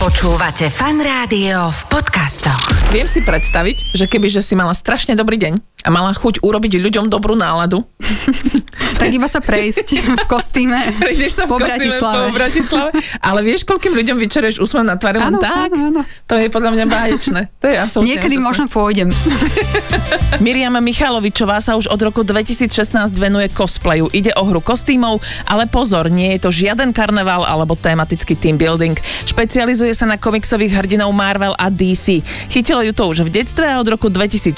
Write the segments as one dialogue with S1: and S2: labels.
S1: Počúvate fan rádio v podcastoch.
S2: Viem si predstaviť, že keby že si mala strašne dobrý deň a mala chuť urobiť ľuďom dobrú náladu,
S3: Tak iba sa prejsť v kostýme.
S2: prejdeš sa v
S3: po
S2: kostýme
S3: Bratislave.
S2: po Bratislave, ale vieš, koľkým ľuďom vyčeruješ úsmev na tvári len
S3: Áno,
S2: tak?
S3: áno, áno.
S2: To je podľa mňa báječné. To je absolútne
S3: Niekedy
S2: úžasné.
S3: možno pôjdem.
S4: Miriam Michalovičová sa už od roku 2016 venuje cosplayu. Ide o hru kostýmov, ale pozor, nie je to žiaden karneval alebo tematický team building. Špecializuje sa na komiksových hrdinov Marvel a DC. Chytilo ju to už v detstve a od roku 2016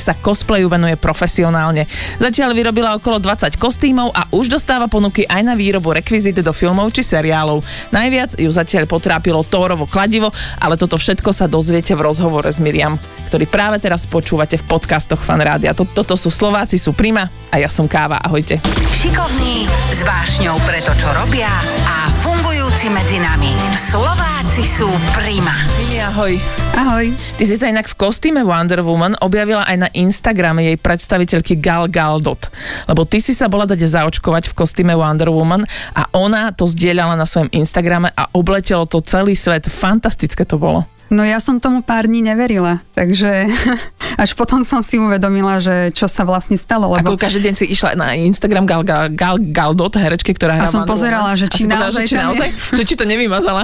S4: sa cosplayu venuje profesionálne. Zatiaľ vyrobila okolo 20 kostýmov a už dostáva ponuky aj na výrobu rekvizit do filmov či seriálov. Najviac ju zatiaľ potrápilo Tórovo kladivo, ale toto všetko sa dozviete v rozhovore s Miriam, ktorý práve teraz počúvate v podcastoch Fanrádia. To- Toto sú Slováci, sú Prima a ja som Káva. Ahojte.
S1: Šikovní, s vášňou pre to, čo robia a fungujúci medzi nami. Slováci sú prima.
S4: Mimi, ahoj.
S3: Ahoj.
S4: Ty si sa inak v kostýme Wonder Woman objavila aj na Instagrame jej predstaviteľky Gal Galdot. Lebo ty si sa bola dať zaočkovať v kostýme Wonder Woman a ona to zdieľala na svojom Instagrame a obletelo to celý svet. Fantastické to bolo.
S3: No ja som tomu pár dní neverila, takže až potom som si uvedomila, že čo sa vlastne stalo,
S2: Ako
S3: lebo
S2: každý deň si išla na Instagram Gal, Gal, Gal, Galdot, herečky, ktorá hrá
S3: A som
S2: Wonder
S3: pozerala,
S2: Woman. A
S3: že či
S2: si pozerala,
S3: naozaj
S2: že či,
S3: tam je.
S2: naozaj že či to nevymazala.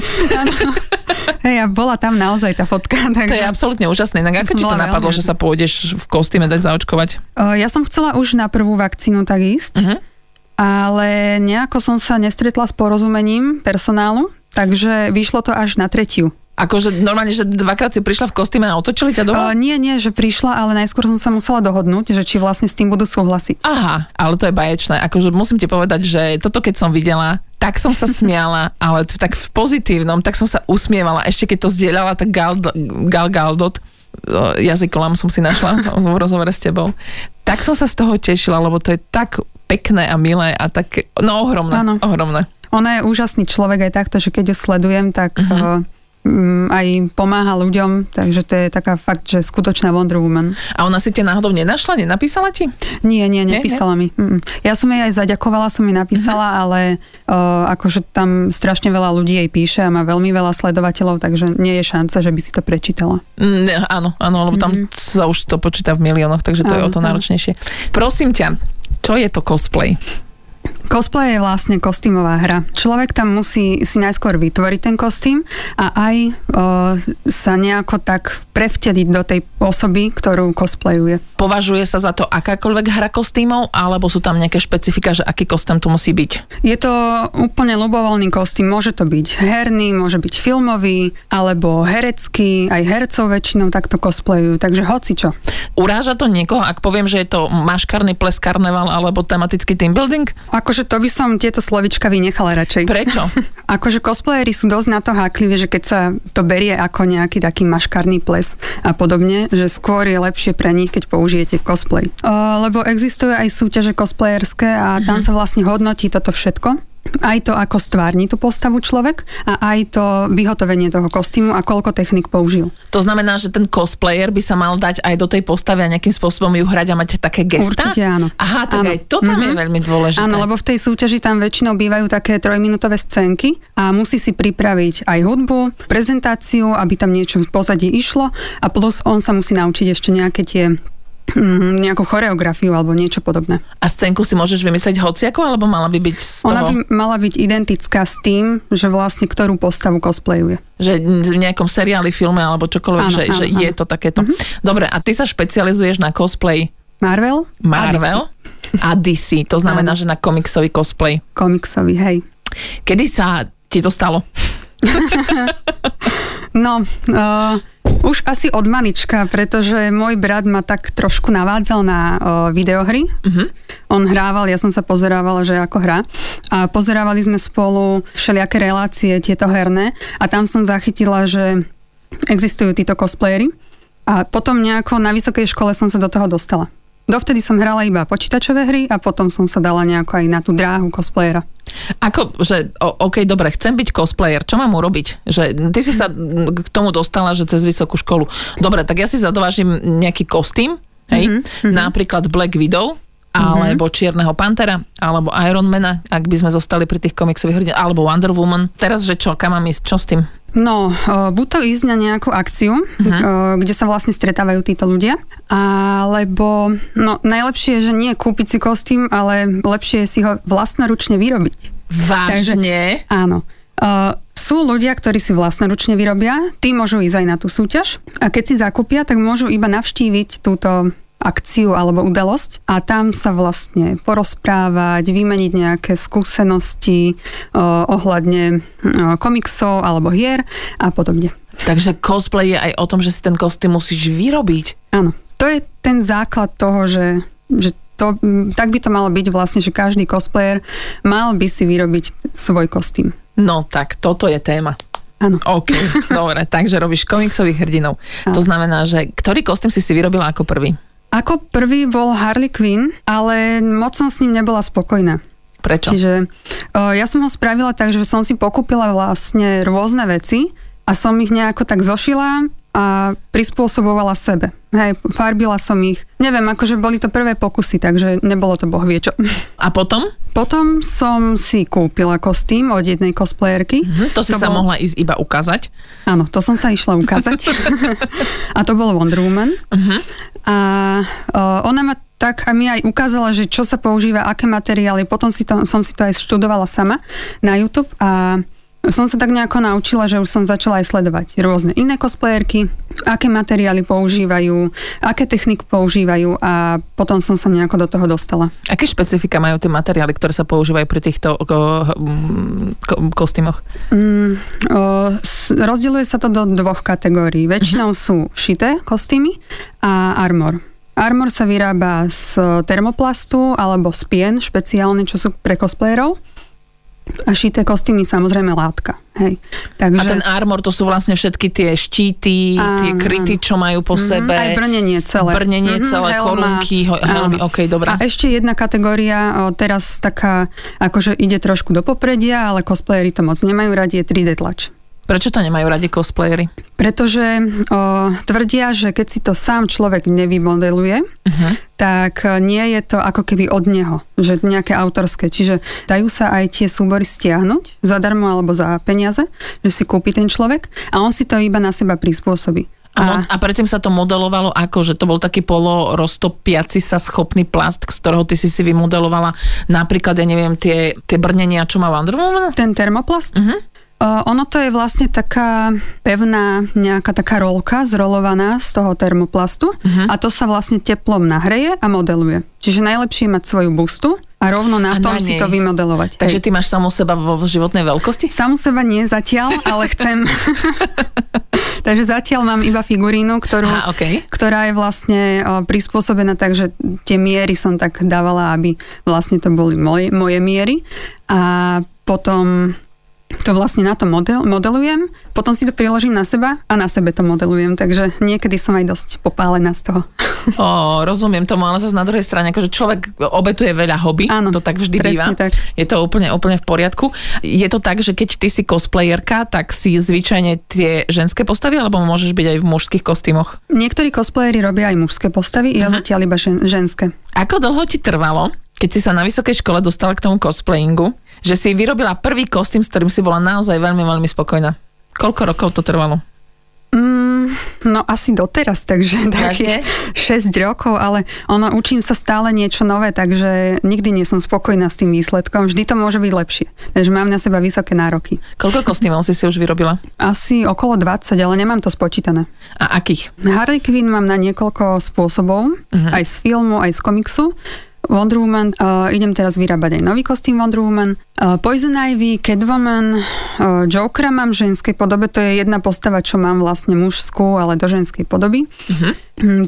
S3: hej, a bola tam naozaj tá fotka,
S2: To je
S3: takže
S2: absolútne úžasné. Inak ako
S3: som
S2: ti to
S3: bola
S2: napadlo,
S3: veľmi
S2: že sa pôjdeš v kostýme dať zaočkovať?
S3: O, ja som chcela už na prvú vakcínu tak ísť,
S2: Mhm.
S3: ale nejako som sa nestretla s porozumením personálu, takže vyšlo to až na tretiu.
S2: Akože normálne, že dvakrát si prišla v kostýme a otočili ťa doma?
S3: O, nie, nie, že prišla, ale najskôr som sa musela dohodnúť, že či vlastne s tým budú súhlasiť.
S2: Aha, ale to je baječné. Akože musím ti povedať, že toto keď som videla, tak som sa smiala, ale t- tak v pozitívnom, tak som sa usmievala. Ešte keď to zdieľala, tak Gal, Gal Galdot, eh, jazykolám som si našla v rozhovore s tebou, tak som sa z toho tešila, lebo to je tak pekné a milé a tak, no ohromné,
S3: Áno.
S2: ohromné.
S3: Ona je úžasný človek aj takto, že keď ju sledujem, tak uh-huh. aj pomáha ľuďom, takže to je taká fakt, že skutočná Wonder Woman.
S2: A ona si ťa náhodou nenašla, nenapísala ti?
S3: Nie, nie, Mhm.
S2: Nie,
S3: nepísala mi. Mm, mm. Ja som jej aj zaďakovala, som jej napísala, ale uh, akože tam strašne veľa ľudí jej píše a má veľmi veľa sledovateľov, takže nie je šanca, že by si to prečítala.
S2: Mm, Ne, áno, áno, lebo tam mm-hmm. sa už to počíta v miliónoch, takže to je o
S3: Mhm. Áno,
S2: to
S3: áno.
S2: náročnejšie. Prosím ťa, čo je to cosplay?
S3: Cosplay je vlastne kostýmová hra. Človek tam musí si najskôr vytvoriť ten kostým a aj uh, sa nejako tak prevtediť do tej osoby, ktorú cosplayuje.
S2: Považuje sa za to akákoľvek hra kostýmov, alebo sú tam nejaké špecifika, že aký kostým to musí byť?
S3: Je to úplne ľubovoľný kostým, môže to byť herný, môže byť filmový, alebo herecký, aj hercov väčšinou takto cosplayujú, takže hoci čo.
S2: Uráža to niekoho, ak poviem, že je to maškarný ples karneval alebo tematický team building?
S3: Akože to by som tieto slovička vynechala radšej.
S2: Prečo?
S3: Akože cosplayery sú dosť na to hákliví, že keď sa to berie ako nejaký taký maškarný ples a podobne, že skôr je lepšie pre nich, keď použijete cosplay. O, lebo existujú aj súťaže cosplayerské a tam sa vlastne hodnotí toto všetko. Aj to, ako stvárni tú postavu človek a aj to vyhotovenie toho kostýmu a koľko technik použil.
S2: To znamená, že ten cosplayer by sa mal dať aj do tej postavy a nejakým spôsobom ju hrať a mať také gesta?
S3: Určite áno.
S2: Aha, tak
S3: Áno.
S2: aj to tam mm-hmm. je
S3: Mhm.
S2: veľmi dôležité.
S3: Áno, lebo v tej súťaži tam väčšinou bývajú také trojminútové scénky a musí si pripraviť aj hudbu, prezentáciu, aby tam niečo v pozadí išlo a plus on sa musí naučiť ešte nejaké tie mm, nejakú choreografiu alebo niečo podobné.
S2: A scénku si môžeš vymyslieť hociako, alebo mala by byť z toho,
S3: Ona by mala byť identická s tým, že vlastne ktorú postavu cosplayuje.
S2: že v nejakom seriáli, filme alebo čokoľvek,
S3: Áno,
S2: že,
S3: áno,
S2: že je
S3: áno. Mhm.
S2: to takéto. Mm-hmm. Dobre, a ty sa špecializuješ na cosplay
S3: Marvel?
S2: Marvel
S3: A
S2: a
S3: Dixie.
S2: DC, to znamená, že na komiksový cosplay.
S3: Komiksový, hej.
S2: Kedy sa ti to stalo?
S3: No, uh, už asi od malička, pretože môj brat ma tak trošku navádzal na uh, videohry. Uh-huh. On hrával, ja som sa pozerávala, že ako hrá. A pozerávali sme spolu všelijaké relácie, tieto herné. A tam som zachytila, že existujú títo cosplayery. A potom nejako na vysokej škole som sa do toho dostala. Dovtedy som hrala iba počítačové hry a potom som sa dala nejako aj na tú dráhu cosplayera.
S2: Ako, že o, OK, dobre, chcem byť cosplayer, čo mám urobiť? Že ty si sa mm, k tomu dostala, že cez vysokú školu. Dobre, tak ja si zadovážim nejaký kostým, hej? Mm-hmm. Napríklad Black Widow, alebo Čierneho Pantera, alebo Ironmana, ak by sme zostali pri tých komiksových hrdinách, alebo Wonder Woman. Teraz, že čo, kam mám ísť, čo s tým?
S3: No, uh, buď to ísť na nejakú akciu, uh-huh. kde sa vlastne stretávajú títo ľudia, alebo no, najlepšie je, že nie kúpiť si kostým, ale lepšie je si ho vlastnoručne vyrobiť.
S2: Vážne?
S3: Takže, áno. Uh, sú ľudia, ktorí si vlastnoručne vyrobia, tí môžu ísť aj na tú súťaž a keď si zakúpia, tak môžu iba navštíviť túto akciu alebo udalosť a tam sa vlastne porozprávať, vymeniť nejaké skúsenosti uh, ohľadne uh, komiksov alebo hier a podobne.
S2: Takže cosplay je aj o tom, že si ten kostým musíš vyrobiť.
S3: Áno, to je ten základ toho, že, že to, m, tak by to malo byť vlastne, že každý cosplayer mal by si vyrobiť svoj kostým.
S2: No tak, toto je téma.
S3: Áno.
S2: OK, dobre, takže robíš komiksových hrdinov. To znamená, že ktorý kostým si si vyrobila ako prvý?
S3: Ako prvý bol Harley Quinn, ale moc som s ním nebola spokojná.
S2: Prečo?
S3: Čiže o, ja som ho spravila tak, že som si pokúpila vlastne rôzne veci a som ich nejako tak zošila a prispôsobovala sebe. Hej, farbila som ich. Neviem, akože boli to prvé pokusy, takže nebolo to boh vie čo.
S2: A potom?
S3: Potom som si kúpila kostým od jednej cosplayerky.
S2: Hm, to si to sa
S3: bol-
S2: mohla ísť iba ukázať.
S3: Áno, to som sa išla ukázať. a to bol Wonder Woman.
S2: Mhm.
S3: Uh-huh. A o, ona ma tak a mi aj ukázala, že čo sa používa, aké materiály. Potom si to, som si to aj študovala sama na YouTube a som sa tak nejako naučila, že už som začala aj sledovať rôzne iné cosplayerky, aké materiály používajú, aké technik používajú a potom som sa nejako do toho dostala.
S2: Aké špecifika majú tie materiály, ktoré sa používajú pri týchto eh, ko, mm, ko, kostýmoch?
S3: Mm, o, s, rozdeľuje sa to do dvoch kategórií. Väčšinou
S2: Mhm.
S3: sú šité kostýmy a armor. Armor sa vyrába z e, termoplastu alebo z pien, špeciálne, čo sú pre cosplayerov. A šité kostýmy samozrejme látka. Hej.
S2: A
S3: Takže,
S2: ten armor, to sú vlastne všetky tie štíty,
S3: Áno,
S2: tie kryty, čo majú po
S3: Mhm,
S2: sebe.
S3: Aj brnenie celé.
S2: Brnenie
S3: Mhm,
S2: celé,
S3: helma.
S2: korunky, ho- helmy,
S3: Áno.
S2: okej, dobre.
S3: A ešte jedna kategória, o, teraz taká, akože ide trošku do popredia, ale cosplayery to moc nemajú radi, je 3D tlač.
S2: Prečo to nemajú radi cosplayery?
S3: Pretože o, tvrdia, že keď si to sám človek nevymodeluje,
S2: Mhm.
S3: uh-huh. tak e, nie je to ako keby od neho, že nejaké autorské. Čiže dajú sa aj tie súbory stiahnuť zadarmo alebo za peniaze, že si kúpi ten človek a on si to iba na seba prispôsobí.
S2: A, mo- a predtým sa to modelovalo ako, že to bol taký polo roztopiaci sa schopný plast, z ktorého ty si si vymodelovala napríklad, ja neviem, tie, tie brnenia, čo má Wonder Woman?
S3: ten termoplast.
S2: Mhm.
S3: Uh-huh. Ono to je vlastne taká pevná nejaká taká rolka zrolovaná z toho
S2: Mhm.
S3: termoplastu uh-huh. a to sa vlastne teplom nahreje a modeluje. Čiže najlepšie je mať svoju bustu a rovno na
S2: A na
S3: tom si
S2: nej.
S3: to vymodelovať.
S2: Takže
S3: Hej.
S2: ty máš samú seba vo životnej veľkosti?
S3: Samu seba nie zatiaľ, ale chcem. Takže zatiaľ mám iba figurínu, ktorú,
S2: Aha, okej.
S3: ktorá je vlastne o, prispôsobená tak, že tie miery som tak dávala, aby vlastne to boli moje, moje miery. A potom to vlastne na to model, modelujem, potom si to priložím na seba a na sebe to modelujem. Takže niekedy som aj dosť popálená z toho.
S2: O, rozumiem tomu, ale zase na druhej strane, akože človek obetuje veľa hobby,
S3: Áno,
S2: to tak vždy býva.
S3: presne tak.
S2: Je to úplne, úplne v poriadku. Je to tak, že keď ty si cosplayerka, tak si zvyčajne tie ženské postavy, alebo môžeš byť aj v mužských kostýmoch.
S3: Niektorí cosplayery robia aj mužské postavy, ja zatiaľ iba žen, ženské.
S2: Ako dlho ti trvalo, keď si sa na vysokej škole dostala k tomu cosplayingu, že si vyrobila prvý kostým, s ktorým si bola naozaj veľmi, veľmi spokojná? Koľko rokov to trvalo?
S3: Mm, no asi doteraz, takže
S2: Vážne?
S3: také 6 rokov, ale ono, učím sa stále niečo nové, takže nikdy nie som spokojná s tým výsledkom. Vždy to môže byť lepšie. Takže mám na seba vysoké nároky.
S2: Koľko kostýmov si si už vyrobila?
S3: Asi okolo 20, ale nemám to spočítané.
S2: A akých?
S3: Harley Quinn mám na niekoľko spôsobov, uh-huh. aj z filmu, aj z komiksu. Wonder Woman, uh, idem teraz vyrábať aj nový kostým Wonder Woman. Uh, Poison Ivy, Catwoman, uh, Jokera mám v ženskej podobe, to je jedna postava, čo mám vlastne mužskú, ale do ženskej podoby. Uh-huh.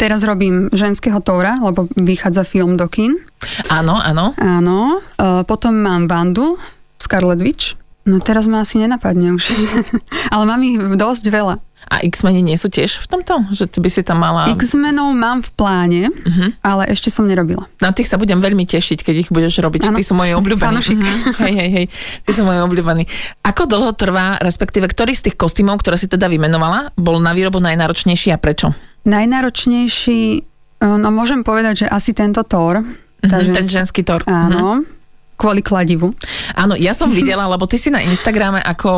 S3: Teraz robím ženského Tóra, lebo vychádza film do kín.
S2: Áno, áno.
S3: Áno. Uh, potom mám Vandu, Scarlet Witch. No teraz ma asi nenapadne už. ale mám ich dosť veľa.
S2: A X-meni nie sú tiež v tomto? Že ty by si tam mala...
S3: X-menov mám v pláne,
S2: Mhm.
S3: uh-huh. ale ešte som nerobila.
S2: Na tých sa budem veľmi tešiť, keď ich budeš robiť.
S3: Áno.
S2: Ty sú moji obľúbení.
S3: Fanúšik.
S2: Mhm. Hej, hej, hej. Ty sú moji obľúbení. Ako dlho trvá, respektíve ktorý z tých kostýmov, ktoré si teda vymenovala, bol na výrobu najnáročnejší a prečo? Mhm.
S3: Najnáročnejší, e, no môžem povedať, že asi tento Thor. Tá
S2: Mhm, Ten
S3: ženská-
S2: ženský tor. Mhm.
S3: Áno, kvôli kladivu.
S2: Áno, ja som videla, lebo ty si na Instagrame ako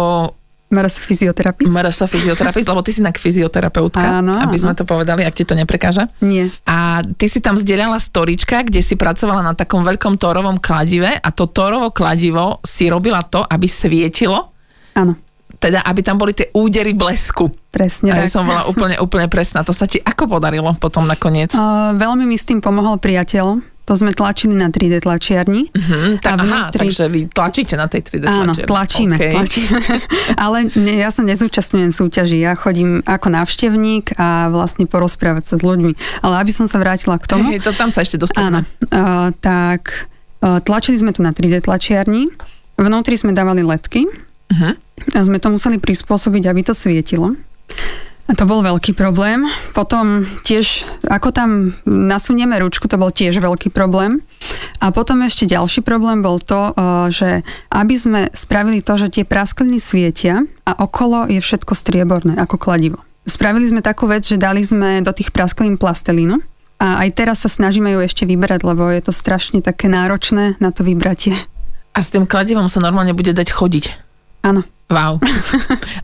S3: Maras fyzioterapist?
S2: MRS fyzioterapeut, lebo ty si inak fyzioterapeutka,
S3: Áno,
S2: aby sme to povedali, ak ti to neprekáža.
S3: Nie.
S2: A ty si tam zdieľala storička, kde si pracovala na takom veľkom torovom kladive a to torovo kladivo si robila to, aby svietilo,
S3: Áno,
S2: teda aby tam boli tie údery blesku.
S3: presne
S2: Ja
S3: tak.
S2: som bola úplne, úplne presná. To sa ti ako podarilo potom nakoniec?
S3: Uh, veľmi mi s tým pomohol priateľ. To sme tlačili na 3D tlačiarni.
S2: Hm,
S3: a
S2: tá, aha,
S3: vnútri-
S2: takže vy tlačíte na tej 3D
S3: Áno,
S2: tlačiarni.
S3: tlačíme.
S2: Okej.
S3: Okay. tlačíme. Ale ne, ja sa nezúčastňujem súťaží. Ja chodím ako návštevník a vlastne porozprávať sa s ľuďmi. Ale aby som sa vrátila k tomu,
S2: Hej, to tam sa ešte
S3: Áno,
S2: dostaneme.
S3: uh, tak uh, tlačili sme to na 3D tlačiarni, vnútri sme dávali ledky
S2: Mhm.
S3: a sme to museli prispôsobiť, aby to svietilo. A to bol veľký problém. Potom tiež, ako tam nasunieme ručku, to bol tiež veľký problém. A potom ešte ďalší problém bol to, uh, že aby sme spravili to, že tie praskliny svietia a okolo je všetko strieborné, ako kladivo. Spravili sme takú vec, že dali sme do tých prasklín plastelínu a aj teraz sa snažíme ju ešte vyberať, lebo je to strašne také náročné na to vybratie.
S2: A s tým kladivom sa normálne bude dať chodiť.
S3: Áno.
S2: Wow.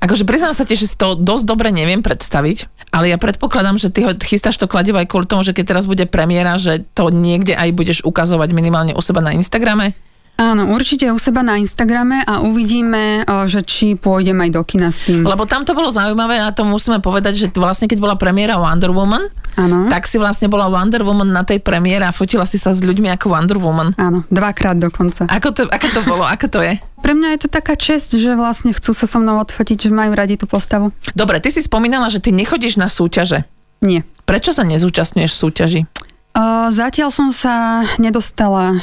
S2: Akože priznám sa ti, že si to dosť dobre neviem predstaviť, ale ja predpokladám, že ty ho chystáš to kladivo aj kvôli tomu, že keď teraz bude premiéra, že to niekde aj budeš ukazovať minimálne u seba na Instagrame.
S3: Áno, určite u seba na Instagrame a uvidíme, o, že či pôjdem aj do kina s tým.
S2: Lebo tam to bolo zaujímavé a to musíme povedať, že vlastne keď bola premiéra Wonder Woman,
S3: Áno.
S2: tak si vlastne bola Wonder Woman na tej premiére a fotila si sa s ľuďmi ako Wonder Woman.
S3: Áno, dvakrát dokonca.
S2: Ako to, ako to bolo? Ako to je?
S3: Pre mňa je to taká čest, že vlastne chcú sa so mnou odfotiť, že majú radi tú postavu.
S2: Dobre, ty si spomínala, že ty nechodíš na súťaže.
S3: Nie.
S2: Prečo sa nezúčastňuješ súťaži?
S3: Uh, zatiaľ som sa nedostala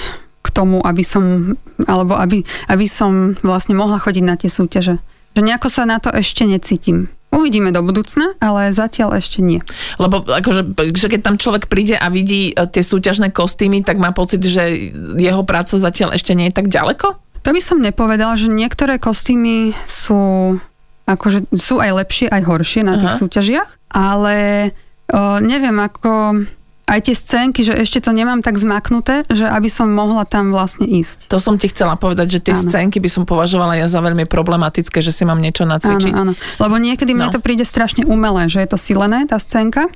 S3: k tomu, aby som, alebo aby, aby som vlastne mohla chodiť na tie súťaže. Že nejako sa na to ešte necítim. Uvidíme do budúcna, ale zatiaľ ešte nie.
S2: Lebo akože, že keď tam človek príde a vidí e, tie súťažné kostýmy, tak má pocit, že jeho práca zatiaľ ešte nie je tak ďaleko?
S3: To by som nepovedala, že niektoré kostýmy sú, akože, sú aj lepšie, aj horšie na tých
S2: Aha.
S3: súťažiach, ale o, neviem, ako aj tie scénky, že ešte to nemám tak zmaknuté, že aby som mohla tam vlastne ísť.
S2: To som ti chcela povedať, že tie
S3: Áno.
S2: scénky by som považovala ja za veľmi problematické, že si mám niečo nacvičiť.
S3: Áno, áno. Lebo niekedy
S2: No.
S3: mne to príde strašne umelé, že je to silené, tá scénka.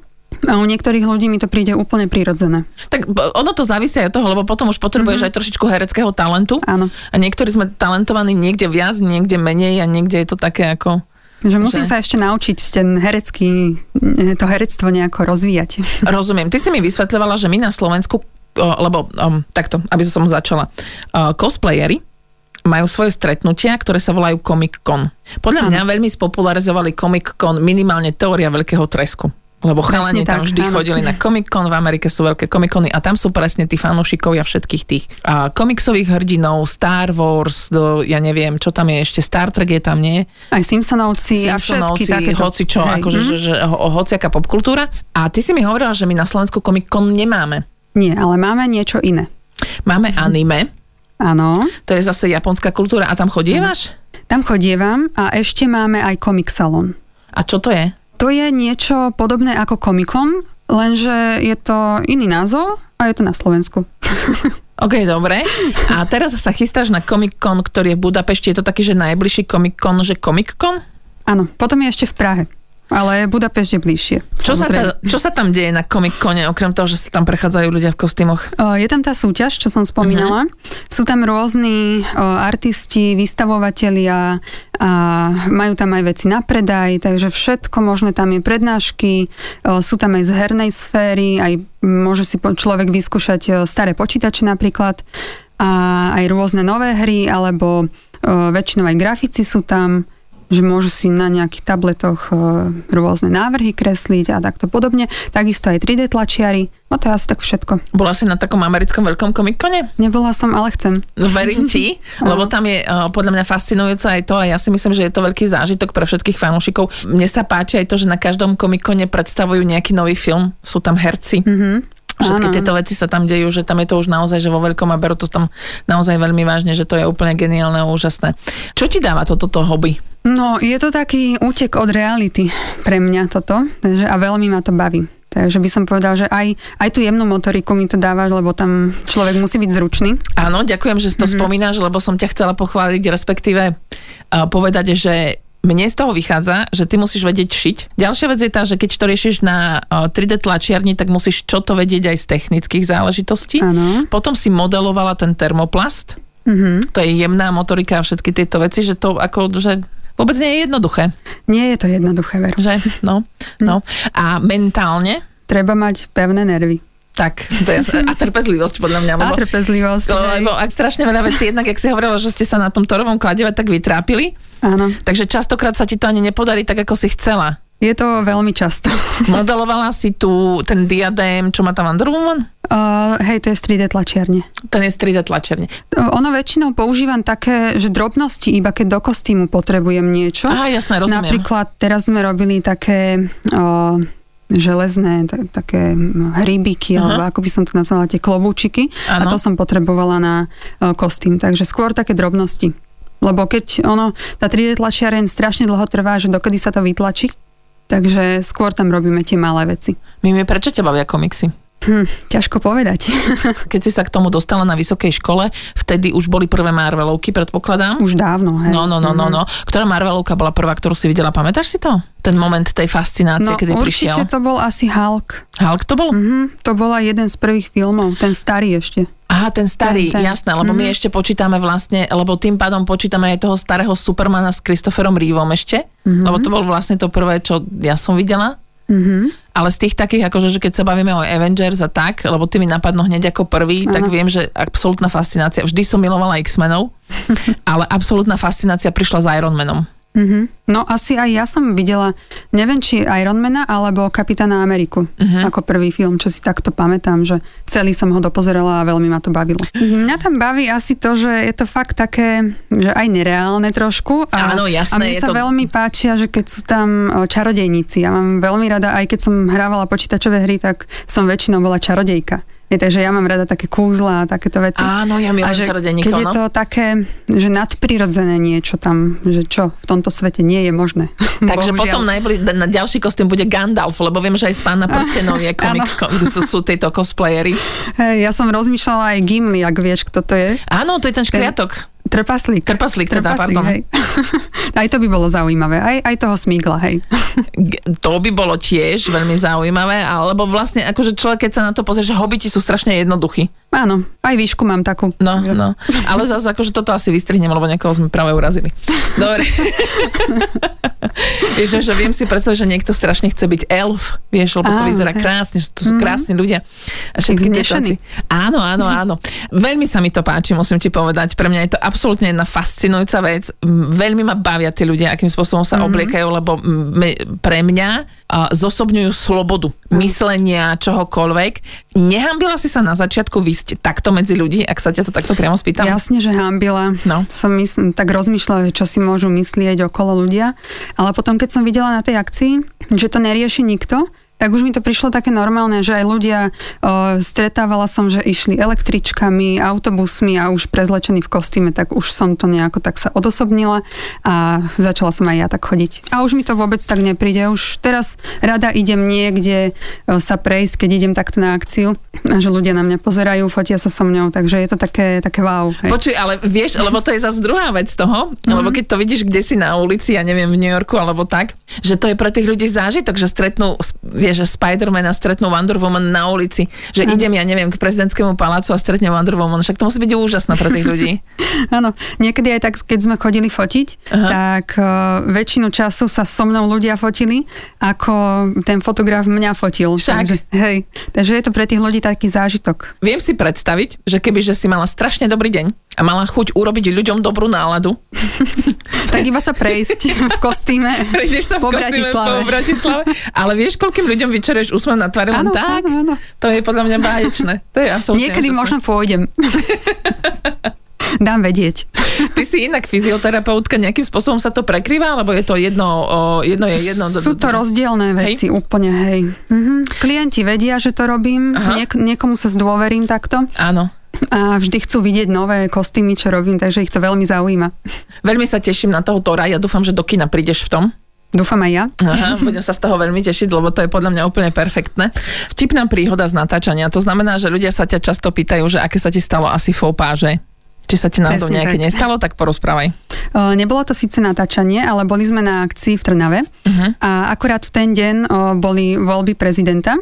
S3: A u niektorých ľudí mi to príde úplne prirodzené.
S2: Tak b- ono to závisí aj od toho, lebo potom už potrebuješ mm-hmm. aj trošičku hereckého talentu.
S3: Mhm. Áno.
S2: A niektorí sme talentovaní niekde viac, niekde menej a niekde je to také ako...
S3: Že
S2: Že?
S3: musím sa ešte naučiť ten herecký, eh, to herectvo nejako rozvíjať.
S2: Rozumiem. Ty si mi vysvetľovala, že my na Slovensku, o, lebo um, takto, aby som začala, uh, cosplayery majú svoje stretnutia, ktoré sa volajú Comic Con. Podľa mňa veľmi spopularizovali Comic Con minimálne teória veľkého tresku. Lebo chalani
S3: Presne
S2: tam
S3: tak,
S2: vždy
S3: áno.
S2: chodili na Comic Con, v Amerike sú veľké Comic Cony a tam sú presne tí fanúšikovia všetkých tých a, komiksových hrdinov, Star Wars, do, ja neviem, čo tam je ešte, Star Trek je tam, nie?
S3: Aj Simpsonovci, a všetky
S2: Simpsonovci,
S3: takéto.
S2: hocičo,
S3: Hej,
S2: akože,
S3: mhm.
S2: že, že, ho, hociaká popkultúra. A ty si mi hovorila, že my na Slovensku Comic Con nemáme.
S3: Nie, ale máme niečo iné. Mhm.
S2: Máme anime,
S3: Áno,
S2: to je zase japonská kultúra a tam
S3: Mhm.
S2: chodievaš?
S3: tam chodievam a ešte máme aj komik salon.
S2: A čo to je?
S3: To je niečo podobné ako komikom, lenže je to iný názov a je to na Slovensku.
S2: OK, dobre. A teraz sa chystáš na Comic Con, ktorý je v Budapešti. Je to taký, že najbližší Comic Con, že Comic Con?
S3: Áno, potom je ešte v Prahe, ale Budapešť je bližšie.
S2: Čo sa, teda
S3: samozrejme.
S2: ta, čo sa tam deje na Comic Cone, okrem toho, že sa tam prechádzajú ľudia v kostýmoch?
S3: O, Eh, Je tam tá súťaž, čo som spomínala. Uh-huh. Sú tam rôzni o, artisti, vystavovatelia a majú tam aj veci na predaj, takže všetko možné tam je prednášky, o, sú tam aj z hernej sféry, aj môže si po- človek vyskúšať o, staré počítače napríklad a aj rôzne nové hry, alebo o, väčšinou aj grafici sú tam že môžu si na nejakých tabletoch e, rôzne návrhy kresliť a takto podobne. Takisto aj 3D tlačiari. No to je asi tak všetko.
S2: Bola si na takom americkom veľkom Comic Cone?
S3: Nebola som, ale chcem.
S2: No verím ti, lebo tam je uh, podľa mňa fascinujúce aj to a ja si myslím, že je to veľký zážitok pre všetkých fanúšikov. Mne sa páči aj to, že na každom komikone predstavujú nejaký nový film, sú tam herci. Mm-hmm. Všetky
S3: Mhm. Áno.
S2: tieto veci sa tam dejú, že tam je to už naozaj, že vo veľkom a berú to tam naozaj veľmi vážne, že to je úplne geniálne a úžasné. Čo ti dáva toto to hobby?
S3: No, je to taký útek od reality pre mňa toto takže, a veľmi ma to baví. Takže by som povedal, že aj, aj tú jemnú motoriku mi to dáva, lebo tam človek musí byť zručný. Mhm.
S2: Áno, ďakujem, že si to mm-hmm. spomínaš, lebo som ťa chcela pochváliť, respektíve uh, e, povedať, že mne z toho vychádza, že ty musíš vedieť šiť. Ďalšia vec je tá, že keď to riešiš na o, 3D tlačiarni, tak musíš čo to vedieť aj z technických záležitostí.
S3: Áno.
S2: Potom si modelovala ten termoplast, mm-hmm. to je jemná motorika a všetky tieto veci, že to ako, že vôbec nie je jednoduché,
S3: Nie je to jednoduché, veru.
S2: že no,
S3: Hm.
S2: no. A mentálne,
S3: Treba mať pevné nervy.
S2: tak, to je, a trpezlivosť podľa mňa,
S3: A
S2: lebo
S3: trpezlivosť. hej.
S2: lebo ak strašne veľa vecí, jednak, ak si hovorila, že ste sa na tom torovom kladive tak vytrápili,
S3: Áno.
S2: takže častokrát sa ti to ani nepodarí tak, ako si chcela.
S3: Je to veľmi často.
S2: Modelovala si tu ten diadém, čo má tam Wonder Woman?
S3: Uh, hej, to je z 3D tlačiarne.
S2: Ten je z 3D tlačerne.
S3: Uh, Ono väčšinou používam také, že drobnosti, iba keď do kostýmu potrebujem niečo.
S2: Aha, jasné, rozumiem.
S3: No, Napríklad teraz sme robili také o, železné, t- také hm, hrybiky,
S2: Aha.
S3: Aha. alebo ako by som to nazvala, tie klobúčiky. A
S2: Áno.
S3: to som potrebovala na o, kostým. Takže skôr také drobnosti. Lebo keď ono, tá 3D tlačiareň strašne dlho trvá, že dokedy sa to vytlačí, takže skôr tam robíme tie malé veci.
S2: My mi prečo ťa bavia komiksy?
S3: Hm, ťažko povedať.
S2: Keď si sa k tomu dostala na vysokej škole, vtedy už boli prvé Marvelovky, predpokladám.
S3: Už dávno, hej.
S2: No, no, no, no, no.
S3: Mhm.
S2: Ktorá Marvelovka bola prvá, ktorú si videla? Pamätáš si to? Ten moment tej fascinácie,
S3: No
S2: kedy
S3: určite
S2: prišiel.
S3: to bol asi Hulk.
S2: Hulk to bol?
S3: Mhm, to bola jeden z prvých filmov, ten starý ešte.
S2: Aha, ten starý, ten, ten.
S3: Ten, Mhm. ten.
S2: jasné, lebo my ešte počítame vlastne, lebo tým pádom počítame aj toho starého Supermana s Christopherom Reevom ešte, lebo to bol vlastne to prvé, čo ja som videla.
S3: Mhm.
S2: Ale z tých takých, akože že keď sa bavíme o Avengers a tak, lebo ty mi napadnú hneď ako prvý, ano. tak viem, že absolútna fascinácia, vždy som milovala X-menov, ale absolútna fascinácia prišla s Ironmanom.
S3: Mhm. No asi aj ja som videla, neviem či Ironmana alebo Kapitána Ameriku
S2: Mm-hmm.
S3: uh-huh. ako prvý film, čo si takto pamätám, že celý som ho dopozerala a veľmi ma to bavilo.
S2: Mm-hmm.
S3: Mňa tam baví asi to, že je to fakt také, že aj nereálne trošku. A,
S2: Áno, jasné,
S3: A mne
S2: je
S3: sa
S2: to-
S3: veľmi páčia, že keď sú tam o, čarodejníci. Ja mám veľmi rada, aj keď som hrávala počítačové hry, tak som väčšinou bola čarodejka. Je, takže ja mám rada také kúzla a takéto veci.
S2: Áno, ja milujem
S3: A že
S2: čarodejníkov,
S3: Keď je
S2: no.
S3: to také, že nadprirodzené niečo tam, že čo v tomto svete nie je možné.
S2: Takže
S3: Bohužiaľ.
S2: potom najbli- na ďalší kostým bude Gandalf, lebo viem, že aj z Pána prstenov je komik, kom, sú, sú tieto cosplayery.
S3: Hej, ja som rozmýšľala aj Gimli, ak vieš, kto to je.
S2: Áno, to je ten škriatok.
S3: Trpaslík.
S2: Trpaslík teda, pardon.
S3: hej. aj to by bolo zaujímavé. Aj, aj toho smígla, hej.
S2: G- To by bolo tiež veľmi zaujímavé, alebo vlastne akože človek, keď sa na to pozrie, že hobiti sú strašne jednoduchí.
S3: Áno, aj výšku mám takú.
S2: No, no. Ale zase akože toto asi vystrihnem, lebo niekoho sme práve urazili. Dobre. vieš, že viem si predstaviť, že niekto strašne chce byť elf, vieš, lebo to
S3: Áno,
S2: vyzerá
S3: hej.
S2: krásne, že to sú krásni ľudia. A všetky
S3: Taký
S2: tieto
S3: vznešený.
S2: veci. Áno, áno, áno. Veľmi sa mi to páči, musím ti povedať. Pre mňa je to absolútne jedna fascinujúca vec. M, Veľmi ma bavia tí ľudia, akým spôsobom sa mm-hmm. obliekajú, lebo m, me- pre mňa a, zosobňujú slobodu myslenia, čohokoľvek. Nehambila si sa na začiatku vysť takto medzi ľudí, ak sa ťa to takto priamo spýtam?
S3: Jasne, že hambila.
S2: No.
S3: Som mysl- tak rozmýšľala, že čo si môžu myslieť okolo ľudia. Ale potom, keď som videla na tej akcii, že to nerieši nikto, tak už mi to prišlo také normálne, že aj ľudia, o, stretávala som, že išli električkami, autobusmi a už prezlečení v kostýme, tak už som to nejako tak sa odosobnila a začala som aj ja tak chodiť. A už mi to vôbec tak nepríde. Už teraz rada idem niekde o, sa prejsť, keď idem takto na akciu, a že ľudia na mňa pozerajú, fotia sa so mňou, takže je to také, také wow. Hej. Mhm.
S2: Počuj, ale vieš, lebo to je zase druhá vec toho, mm. lebo keď to vidíš kde si na ulici, ja neviem, v New Yorku alebo tak, že to je pre tých ľudí zážitok, že stretnú, s- vieš, že Spidermana stretnú Wonder Woman na ulici, že
S3: Mhm.
S2: mm. idem, ja neviem, k prezidentskému palácu a stretnem Wonder Woman, však to musí byť úžasné pre tých ľudí.
S3: Áno, niekedy aj tak, keď sme chodili fotiť,
S2: Aha.
S3: Aha. tak uh, väčšinu času sa so mnou ľudia fotili, ako ten fotograf mňa fotil.
S2: Však.
S3: Takže, hej, takže je to pre tých ľudí taký zážitok.
S2: Viem si predstaviť, že keby že si mala strašne dobrý deň a mala chuť urobiť ľuďom dobrú náladu,
S3: Tak iba sa prejsť v kostýme
S2: prejdeš sa
S3: po
S2: v kostýme po
S3: Bratislave.
S2: Bratislave, ale vieš, koľkým ľuďom vyčeruješ úsmev na tvári len
S3: Áno,
S2: tak?
S3: áno, áno.
S2: To je podľa mňa báječné. To je absolútne
S3: Niekedy
S2: úžasné.
S3: možno pôjdem. Dám vedieť.
S2: Ty si inak fyzioterapeutka, nejakým spôsobom sa to prekrýva, alebo je to jedno, o, jedno je jedno?
S3: Sú to rozdielne veci, hej. úplne, hej. Mhm. Klienti vedia, že to robím,
S2: Aha.
S3: niek- niekomu sa zdôverím takto
S2: Áno.
S3: a vždy chcú vidieť nové kostýmy, čo robím, takže ich to veľmi zaujíma.
S2: Veľmi sa teším na toho Tora, ja dúfam, že do kina prídeš v tom.
S3: Dúfam aj ja.
S2: Aha, budem sa z toho veľmi tešiť, lebo to je podľa mňa úplne perfektné. Vtipná príhoda z natáčania, to znamená, že ľudia sa ťa často pýtajú, že aké sa ti stalo asi faux páže. či sa ti náhodou
S3: Presne
S2: nejaké
S3: tak.
S2: nestalo, tak porozprávaj.
S3: O, Nebolo to síce natáčanie, ale boli sme na akcii v Trnave
S2: Mhm.
S3: a akorát v ten deň o, boli voľby prezidenta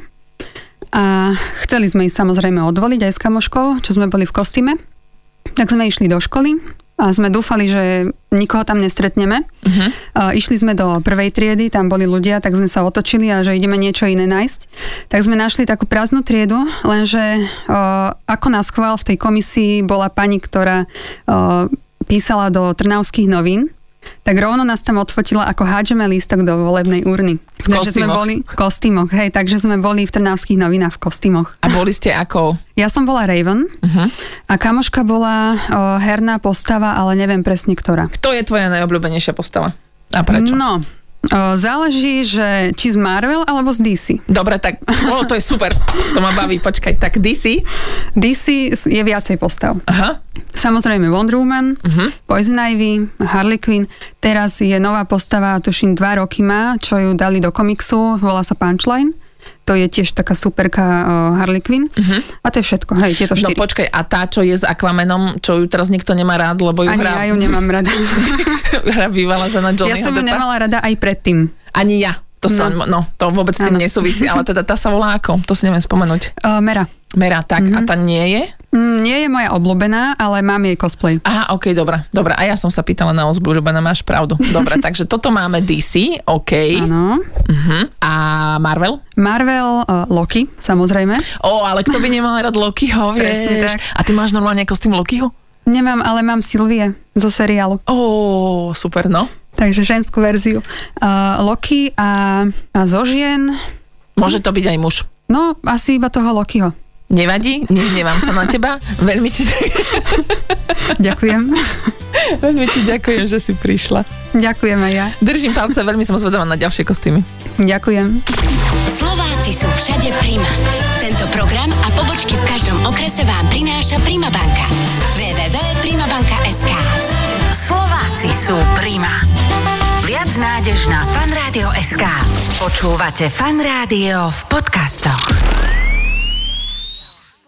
S3: a chceli sme ich samozrejme odvoliť aj s kamoškou, čo sme boli v kostýme. Tak sme išli do školy a sme dúfali, že nikoho tam nestretneme.
S2: Mhm.
S3: E, Išli sme do prvej triedy, tam boli ľudia, tak sme sa otočili a že ideme niečo iné nájsť. Tak sme našli takú prázdnu triedu, lenže e, ako nás chvál v tej komisii bola pani, ktorá e, písala do Trnavských novín, tak rovno nás tam odfotila, ako hádžeme lístok do volebnej urny.
S2: V
S3: Takže sme
S2: kostýmoch.
S3: boli v kostýmoch, hej, takže sme boli v Trnavských novinách v kostýmoch.
S2: A boli ste ako...
S3: Ja som bola Raven
S2: Mhm.
S3: a kamoška bola o, herná postava, ale neviem presne ktorá.
S2: Kto je tvoja najobľúbenejšia postava? A prečo?
S3: No, o, záleží, že či z Marvel alebo z DC.
S2: Dobre, tak o, to je super. To ma baví, počkaj. Tak DC.
S3: DC s- je viacej postav.
S2: Aha.
S3: Samozrejme Wonder Woman, uh-huh.
S2: Mhm.
S3: Poison Ivy, Harley Quinn. Teraz je nová postava, tuším, dva roky má, čo ju dali do komiksu, volá sa Punchline. To je tiež taká superka o, Harley Quinn. Uh-huh. A to je všetko, hej, tieto
S2: Mhm. No
S3: štyri.
S2: počkaj, a tá, čo je s Aquamanom, čo ju teraz nikto nemá rád, lebo ju
S3: Ani
S2: hrá,
S3: ja ju nemám rada.
S2: hrá bývalá žena Johnny
S3: ja som ju
S2: Deppa.
S3: nemala rada aj predtým.
S2: Ani ja. To sa, no. no, to vôbec s tým
S3: Áno.
S2: nesúvisí, ale teda tá sa volá ako? To si neviem spomenúť.
S3: Uh, Mera.
S2: Mera, tak.
S3: Mhm.
S2: Mm-hmm. A tá nie je?
S3: Mm, nie je moja obľúbená, ale mám jej cosplay.
S2: Aha, ok, dobre, dobre. A ja som sa pýtala na ozbu, Ľubana, máš pravdu. Dobre, takže toto máme DC, ok.
S3: Áno.
S2: Uh-huh. A Marvel?
S3: Marvel, uh, Loki, samozrejme.
S2: O, ale kto by nemal rád Lokiho, vieš?
S3: Presne tak.
S2: A ty máš normálne kostým Lokiho?
S3: Nemám, ale mám Silvie zo seriálu.
S2: Ó, super, no.
S3: Takže ženskú verziu. Uh, Loki a, a zo žien,
S2: Môže to byť aj muž.
S3: no asi iba toho Lokiho.
S2: Nevadí, nehnevám sa na teba. Veľmi ti,
S3: Ďakujem.
S2: veľmi ti ďakujem, že si prišla.
S3: Ďakujem aj ja.
S2: Držím palce, veľmi som zvedavá na ďalšie kostýmy.
S3: Ďakujem.
S1: Slováci sú všade Prima. Tento program a pobočky v každom okrese vám prináša Prima banka. www.primabanka.sk Slováci sú Prima. Viac nádež na fanradio.sk Počúvate Fan Rádio v podcastoch.